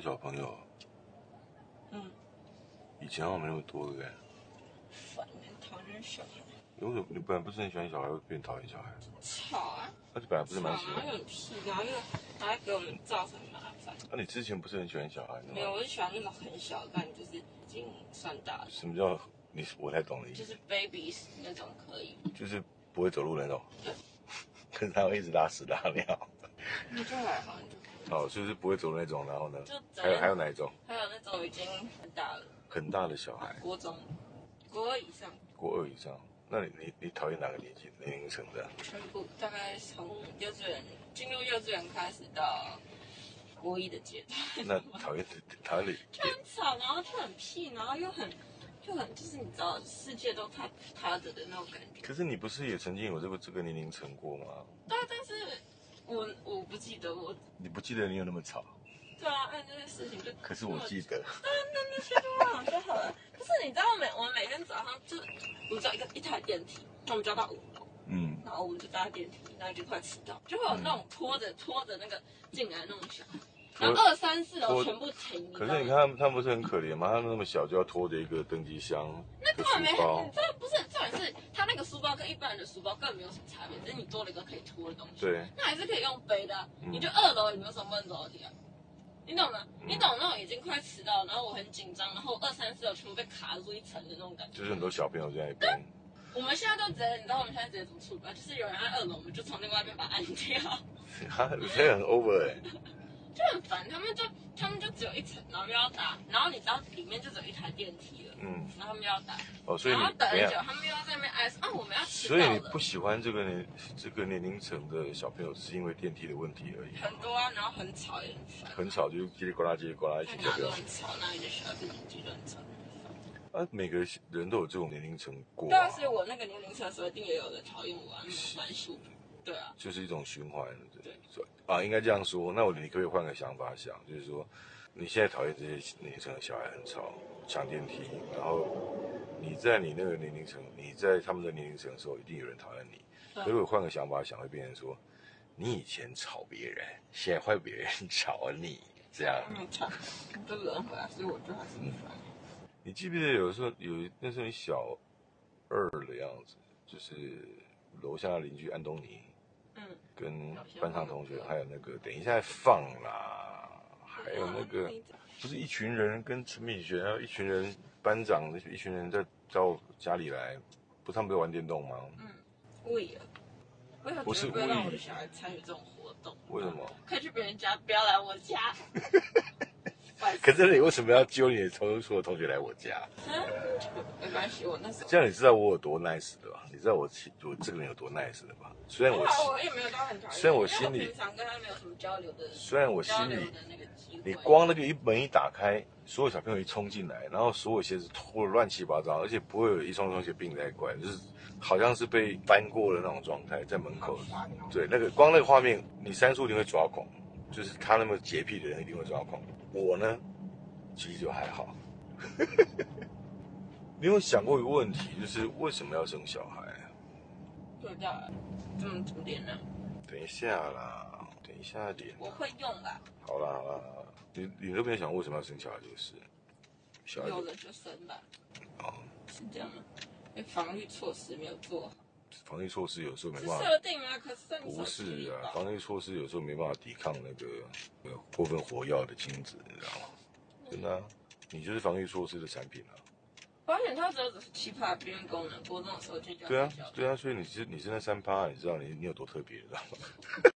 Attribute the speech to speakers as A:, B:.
A: 小朋友，
B: 嗯，
A: 以前我们那么多个哎，
B: 烦人，讨厌小孩。
A: 因为你本来不是很喜欢小孩，会变讨厌小孩，
B: 吵啊，
A: 而且本来不
B: 吵
A: 是蛮喜欢
B: 哪
A: 的
B: 啊有。屁，然后又还要给我们造成麻烦。
A: 那、你之前不是很喜欢小孩的
B: 没有，
A: 吗？
B: 我就喜欢那种很小的，但就是已经算大了，
A: 什么叫你？我才懂你
B: 就，是 babies 那种可以。
A: 就是不会走路那种， 可是他会一直拉屎拉尿。
B: 那就还好，你就可以
A: 哦，就是不会走路那种，然后呢
B: 就？
A: 还有还有哪一种？
B: 还有那种已经很大了，
A: 很大的小孩，
B: 国中、国二以上，
A: 国二以上，那你你你讨厌哪个年纪年龄层的 啊、
B: 全部大概从幼稚园进入幼稚园开始到国一的阶段。
A: 那讨厌的讨厌的
B: 就很吵，然后就很屁，然后又很就很就是你知道世界都他他着的那种感觉。
A: 可是你不是也曾经有这个这个年龄层过吗？
B: 对啊，但是我我不记得我
A: 你不记得你有那么吵，
B: 对啊，按这些事情就啊
A: 可是我记得。
B: 那些就忘了就好了。 就是你知道每我每天早上就是我知道一个一台电梯，那我们就要到五楼，
A: 嗯，
B: 然后我们就搭电梯，然后就快迟到，就会有那种拖着拖着那个进来那种小孩，然后二三四楼
A: 拖
B: 全部停。
A: 可是你看他们，他们不是很可怜吗？他们那么小就要拖着一个登机箱、一个
B: 根本啊没，
A: 书包
B: 你，知道不是重点是它那个书包跟一般人的书包根本没有什么差别，只是你多了一个可以拖的东西。
A: 对，
B: 那还是可以用背的啊、
A: 嗯
B: 你就二楼也没有什么不能走楼梯啊，你懂吗？你懂那种已经快迟到，然后我很紧张，然后二三四楼全部被卡住一层的那种感觉。
A: 就是很多小朋友在那边。
B: 我们现在都直接，你知道我们现在直接怎么处理吗？就是有人按二楼，我们就从另外一边把它按掉，
A: 哈，这很 over 哎、
B: 就很烦。他们就他们就只有一层，然后又要打，然后你知道里面就只有一台电梯了，
A: 嗯，
B: 然后他们又要打，
A: 哦，所以
B: 然
A: 你
B: 后啊等
A: 等一
B: 很久，
A: 下，
B: 他们又要在那边挨说啊，我们要迟到
A: 所以
B: 了
A: 你。不喜欢这个年这个年龄层的小朋友，是因为电梯的问题而已。
B: 很多啊，然后很吵也很烦，
A: 很吵，就是叽里呱啦、叽里呱啦一起
B: 看
A: 叫
B: 哪
A: 叫
B: 都。很吵，哪里的小孩子年纪都很吵。
A: 啊，每个人都有这种年龄层过、
B: 对啊，
A: 啊，
B: 所以我那个年龄层的时候，一定也有人讨厌我啊，那种蛮舒服。对啊，
A: 就是一种循环。对，啊，应该这样说。那我你可不可以换个想法想，就是说，你现在讨厌这些年龄层的小孩很吵，抢电梯，然后你在你那个年龄层，你在他们的年龄层的时候，一定有人讨厌你。
B: 对
A: 可是我换个想法想，会变成说，你以前吵别人，现在换别人 吵你，这样。
B: 嗯，吵，都轮回来，所以我就还是一烦。
A: 你记不记得有时候有那时候你小二的样子，就是楼下邻居安东尼
B: 嗯，
A: 跟班上同学，还有那个等一下放啦，还有那个
B: 嗯
A: 不是一群人跟陈敏学，还有一群人班长，一群人在到家里来，不是他们在玩电动吗？
B: 嗯故意的，我以后
A: 不
B: 绝
A: 是
B: 对不会让
A: 故
B: 我
A: 意
B: 的小孩参与这种活动。
A: 为什么？
B: 可以去别人家，不要来我 家。烦死
A: 可是你为什么要揪你的同所有同学来我家？
B: 没关系，我那时候
A: 这样你知道我有多 nice 的吧？你知道我其我这个人有多 nice 的吧？虽然
B: 还
A: 我
B: 好，哎我也没有到很讨厌。
A: 虽然我心里
B: 因为平常跟他没有什么交流的，
A: 虽然我心
B: 交流
A: 里
B: 的那个机会。
A: 你光那个一门一打开，所有小朋友一冲进来，然后所有鞋子脱得乱七八糟，而且不会有一双双鞋并在一块，就是好像是被翻过的那种状态，在门口。
B: 烦哦
A: 对，那个光那个画面，你三叔一定会抓狂，就是他那么洁癖的人一定会抓狂。我呢，其实就还好。 你有没有想过一个问题，就是为什么要生小孩？
B: 对的，怎么怎么点呢？
A: 等一下啦，等一下点。
B: 我会用吧，
A: 好啦好啦，好啦你你都没有想过为什么要生小孩这个事？小孩子
B: 有了就生吧，
A: 啊哦，
B: 是这样吗？因为防御措施没有做好，
A: 防疫措施有时候没
B: 是
A: 办法，
B: 设定啊，可是你
A: 不
B: 手机
A: 是
B: 里
A: 啊，
B: 吧
A: 防疫措施有时候没办法抵抗那个呃过分活跃的精子，你知道吗？真的啊、
B: 嗯
A: 你就是防疫措施的产品啊。
B: 保险套只有只是奇葩边缘功能，国中的时候就
A: 对啊
B: 教。，
A: 对啊，所以你是你是那三趴，你知道你你有多特别，你知道吗？